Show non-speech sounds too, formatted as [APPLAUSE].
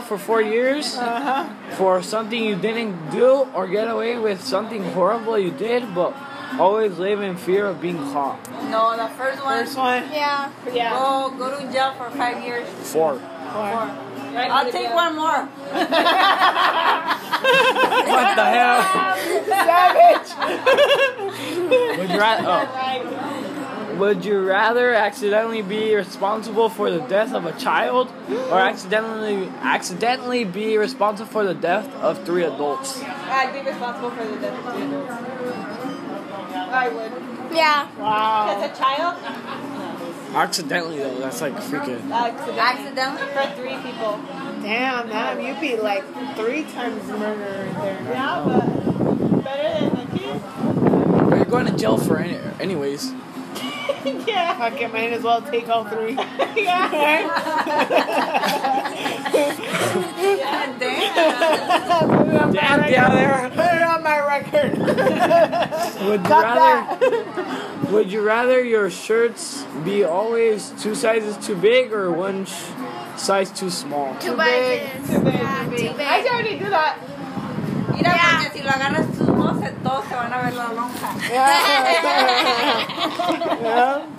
for four years Uh-huh. for something you didn't do or get away with something horrible you did, but always live in fear of being caught. No, the first one. First one. Yeah. Yeah. Go go to jail for five years. [LAUGHS] Four. Four. Right, I'll go to take jail. one more. What the hell? Savage. [LAUGHS] Would you, ra- Right. oh. Would you rather accidentally be responsible for the death of a child or accidentally accidentally be responsible for the death of three adults? I'd be responsible for the death of the adults. I would. Yeah. As Wow. a child, Accidentally though, that's like freaking. accident Accidentally. [LAUGHS] [LAUGHS] for three people. Damn, Nam, you be like three times murderer there. Yeah, but better than the kids. But you're going to jail for any- anyways. yeah. Fuck it, might as well take all [LAUGHS] three. yeah. God damn. Put Damn, down there. it on my record. Would you rather [LAUGHS] would you rather your shirts be always two sizes too big or one sh- size too small? Two big. buses. Too big, Yeah, too too big. big. I already do that. Mira, Yeah. porque si lo agarras tus voces, todos se van a ver la lonja. Yeah.